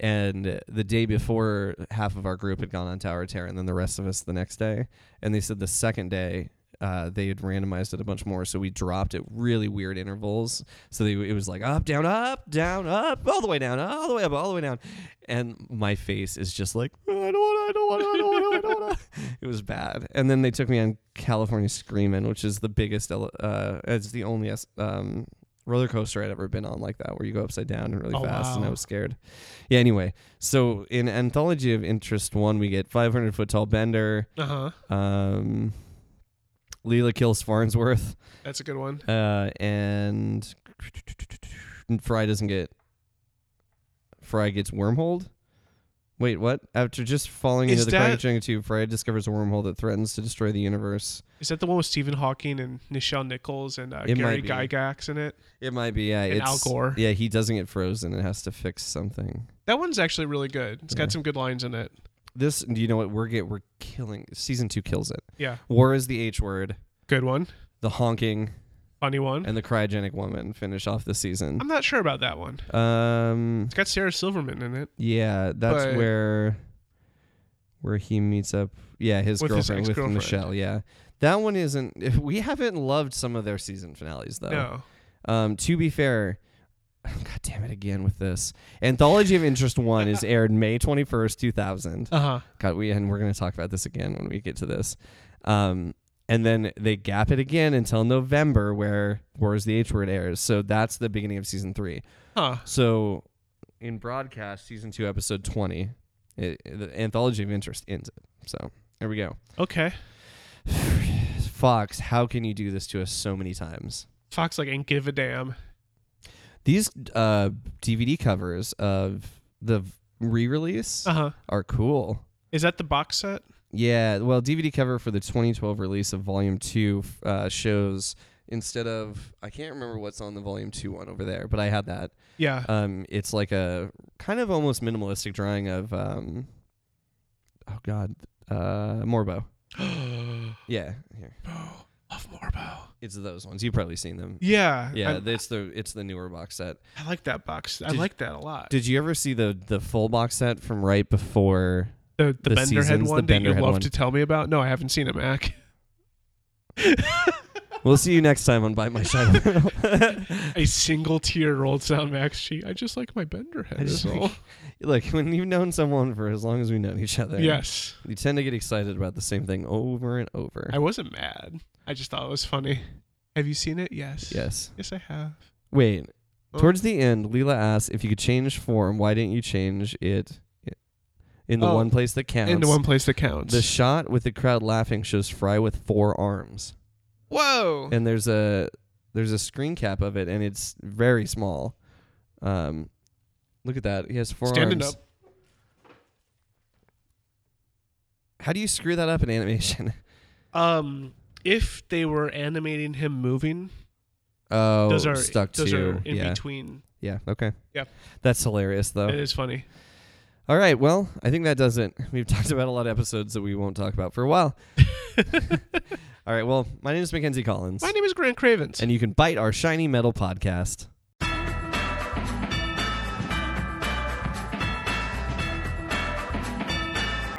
B: And the day before, half of our group had gone on Tower of Terror, and then the rest of us the next day. And they said the second day uh, they had randomized it a bunch more, so we dropped at really weird intervals. So they, it was like up, down, up, down, up, all the way down, all the way up, all the way down. And my face is just like I don't want, I don't want, I don't want, I don't want. it was bad. And then they took me on California Screamin', which is the biggest. ele- Uh, it's the only es- um, roller coaster I'd ever been on like that, where you go upside down and really
C: Oh,
B: fast, and I
C: wow.
B: was scared. Yeah. Anyway, so in Anthology of Interest one, we get 500 foot tall Bender,
C: Uh huh.
B: um, Leela kills Farnsworth,
C: That's a good one.
B: uh, and Fry doesn't get. Fry gets wormholed. Wait, what? After just falling
C: Is
B: into the crack
C: that-
B: Jenga tube, Fry discovers a wormhole that threatens to destroy the universe.
C: Is that the one with Stephen Hawking and Nichelle Nichols and uh,
B: It
C: Gary
B: might be.
C: Gygax in it?
B: It might be yeah.
C: And
B: it's,
C: Al Gore.
B: Yeah, he doesn't get frozen. It has to fix something.
C: That one's actually really good. It's got some good lines in it.
B: This, do you know what? We're get we're killing. Season two kills it.
C: Yeah,
B: War is the H word.
C: good one.
B: The honking
C: Funny one.
B: and the cryogenic woman finish off the season.
C: I'm not sure about that one.
B: Um,
C: It's got Sarah Silverman in it.
B: yeah, that's
C: But-
B: where where he meets up. Yeah, his
C: With his
B: girlfriend with
C: ex-girlfriend.
B: Michelle. Yeah, that one isn't. We haven't loved some of their season finales though.
C: No.
B: Um, to be fair, God damn it again with this. Anthology of Interest One is aired May twenty first, two thousand.
C: Uh huh.
B: God, we and we're gonna talk about this again when we get to this. Um, and then they gap it again until November, where War is the H word airs. So that's the beginning of season three.
C: Huh.
B: So in broadcast, season two, episode twenty, it, the Anthology of Interest ends it. So there we go.
C: Okay.
B: Fox, how can you do this to us so many times?
C: Fox like ain't give a damn.
B: These uh, DVD covers of the re-release
C: Uh huh.
B: are cool.
C: Is that the box set?
B: Yeah, well, DVD cover for the 2012 release of Volume Two f- uh, shows instead of I can't remember what's on the Volume Two one over there, but I had that.
C: Yeah.
B: Um, it's like a kind of almost minimalistic drawing of um, oh god, uh, Morbo. Yeah, here
C: Morbo. Love Morbo.
B: it's those ones. You've probably seen them.
C: Yeah.
B: Yeah,
C: I-
B: it's the it's the newer box set.
C: I like that box. I
B: Did-
C: like that a lot.
B: Did you ever see the the full box set from right before?
C: the the,
B: the
C: Benderhead
B: seasons, the
C: one that
B: Benderhead
C: you love
B: one.
C: to tell me about? No, I haven't seen it, Mac.
B: We'll see you next time on Bite My Shadow.
C: A single tear rolled down Mac's cheek. I just like my Benderhead.
B: I just
C: is all.
B: like- Look, when you've known someone for as long as we've known each other,
C: yes,
B: you tend to get excited about the same thing over and over.
C: I wasn't mad. I just thought it was funny. Have you seen it? Yes.
B: yes.
C: Yes, I have.
B: Wait.
C: Oh.
B: Towards the end, Leela asks if you could change form. Why didn't you change it in the
C: Oh,
B: one place that counts?
C: In the one place that counts.
B: The shot with the crowd laughing shows Fry with four arms,
C: Whoa.
B: and there's a there's a screen cap of it, and it's very small. Um, look at that. He has four
C: Standing
B: arms.
C: up.
B: How do you screw that up in animation?
C: Um, if they were animating him moving,
B: Oh,
C: those are
B: stuck
C: those
B: to
C: are in
B: yeah.
C: between.
B: Yeah. Okay.
C: Yep.
B: That's hilarious, though.
C: It is funny.
B: All right. Well, I think that does it. We've talked about a lot of episodes that we won't talk about for a while. All right. Well, my name is Mackenzie Collins,
C: My name is Grant Cravens.
B: and you can bite our shiny metal podcast.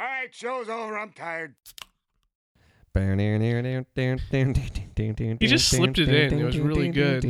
A: All right, show's over. I'm tired.
B: You
C: just slipped it in. It was really good.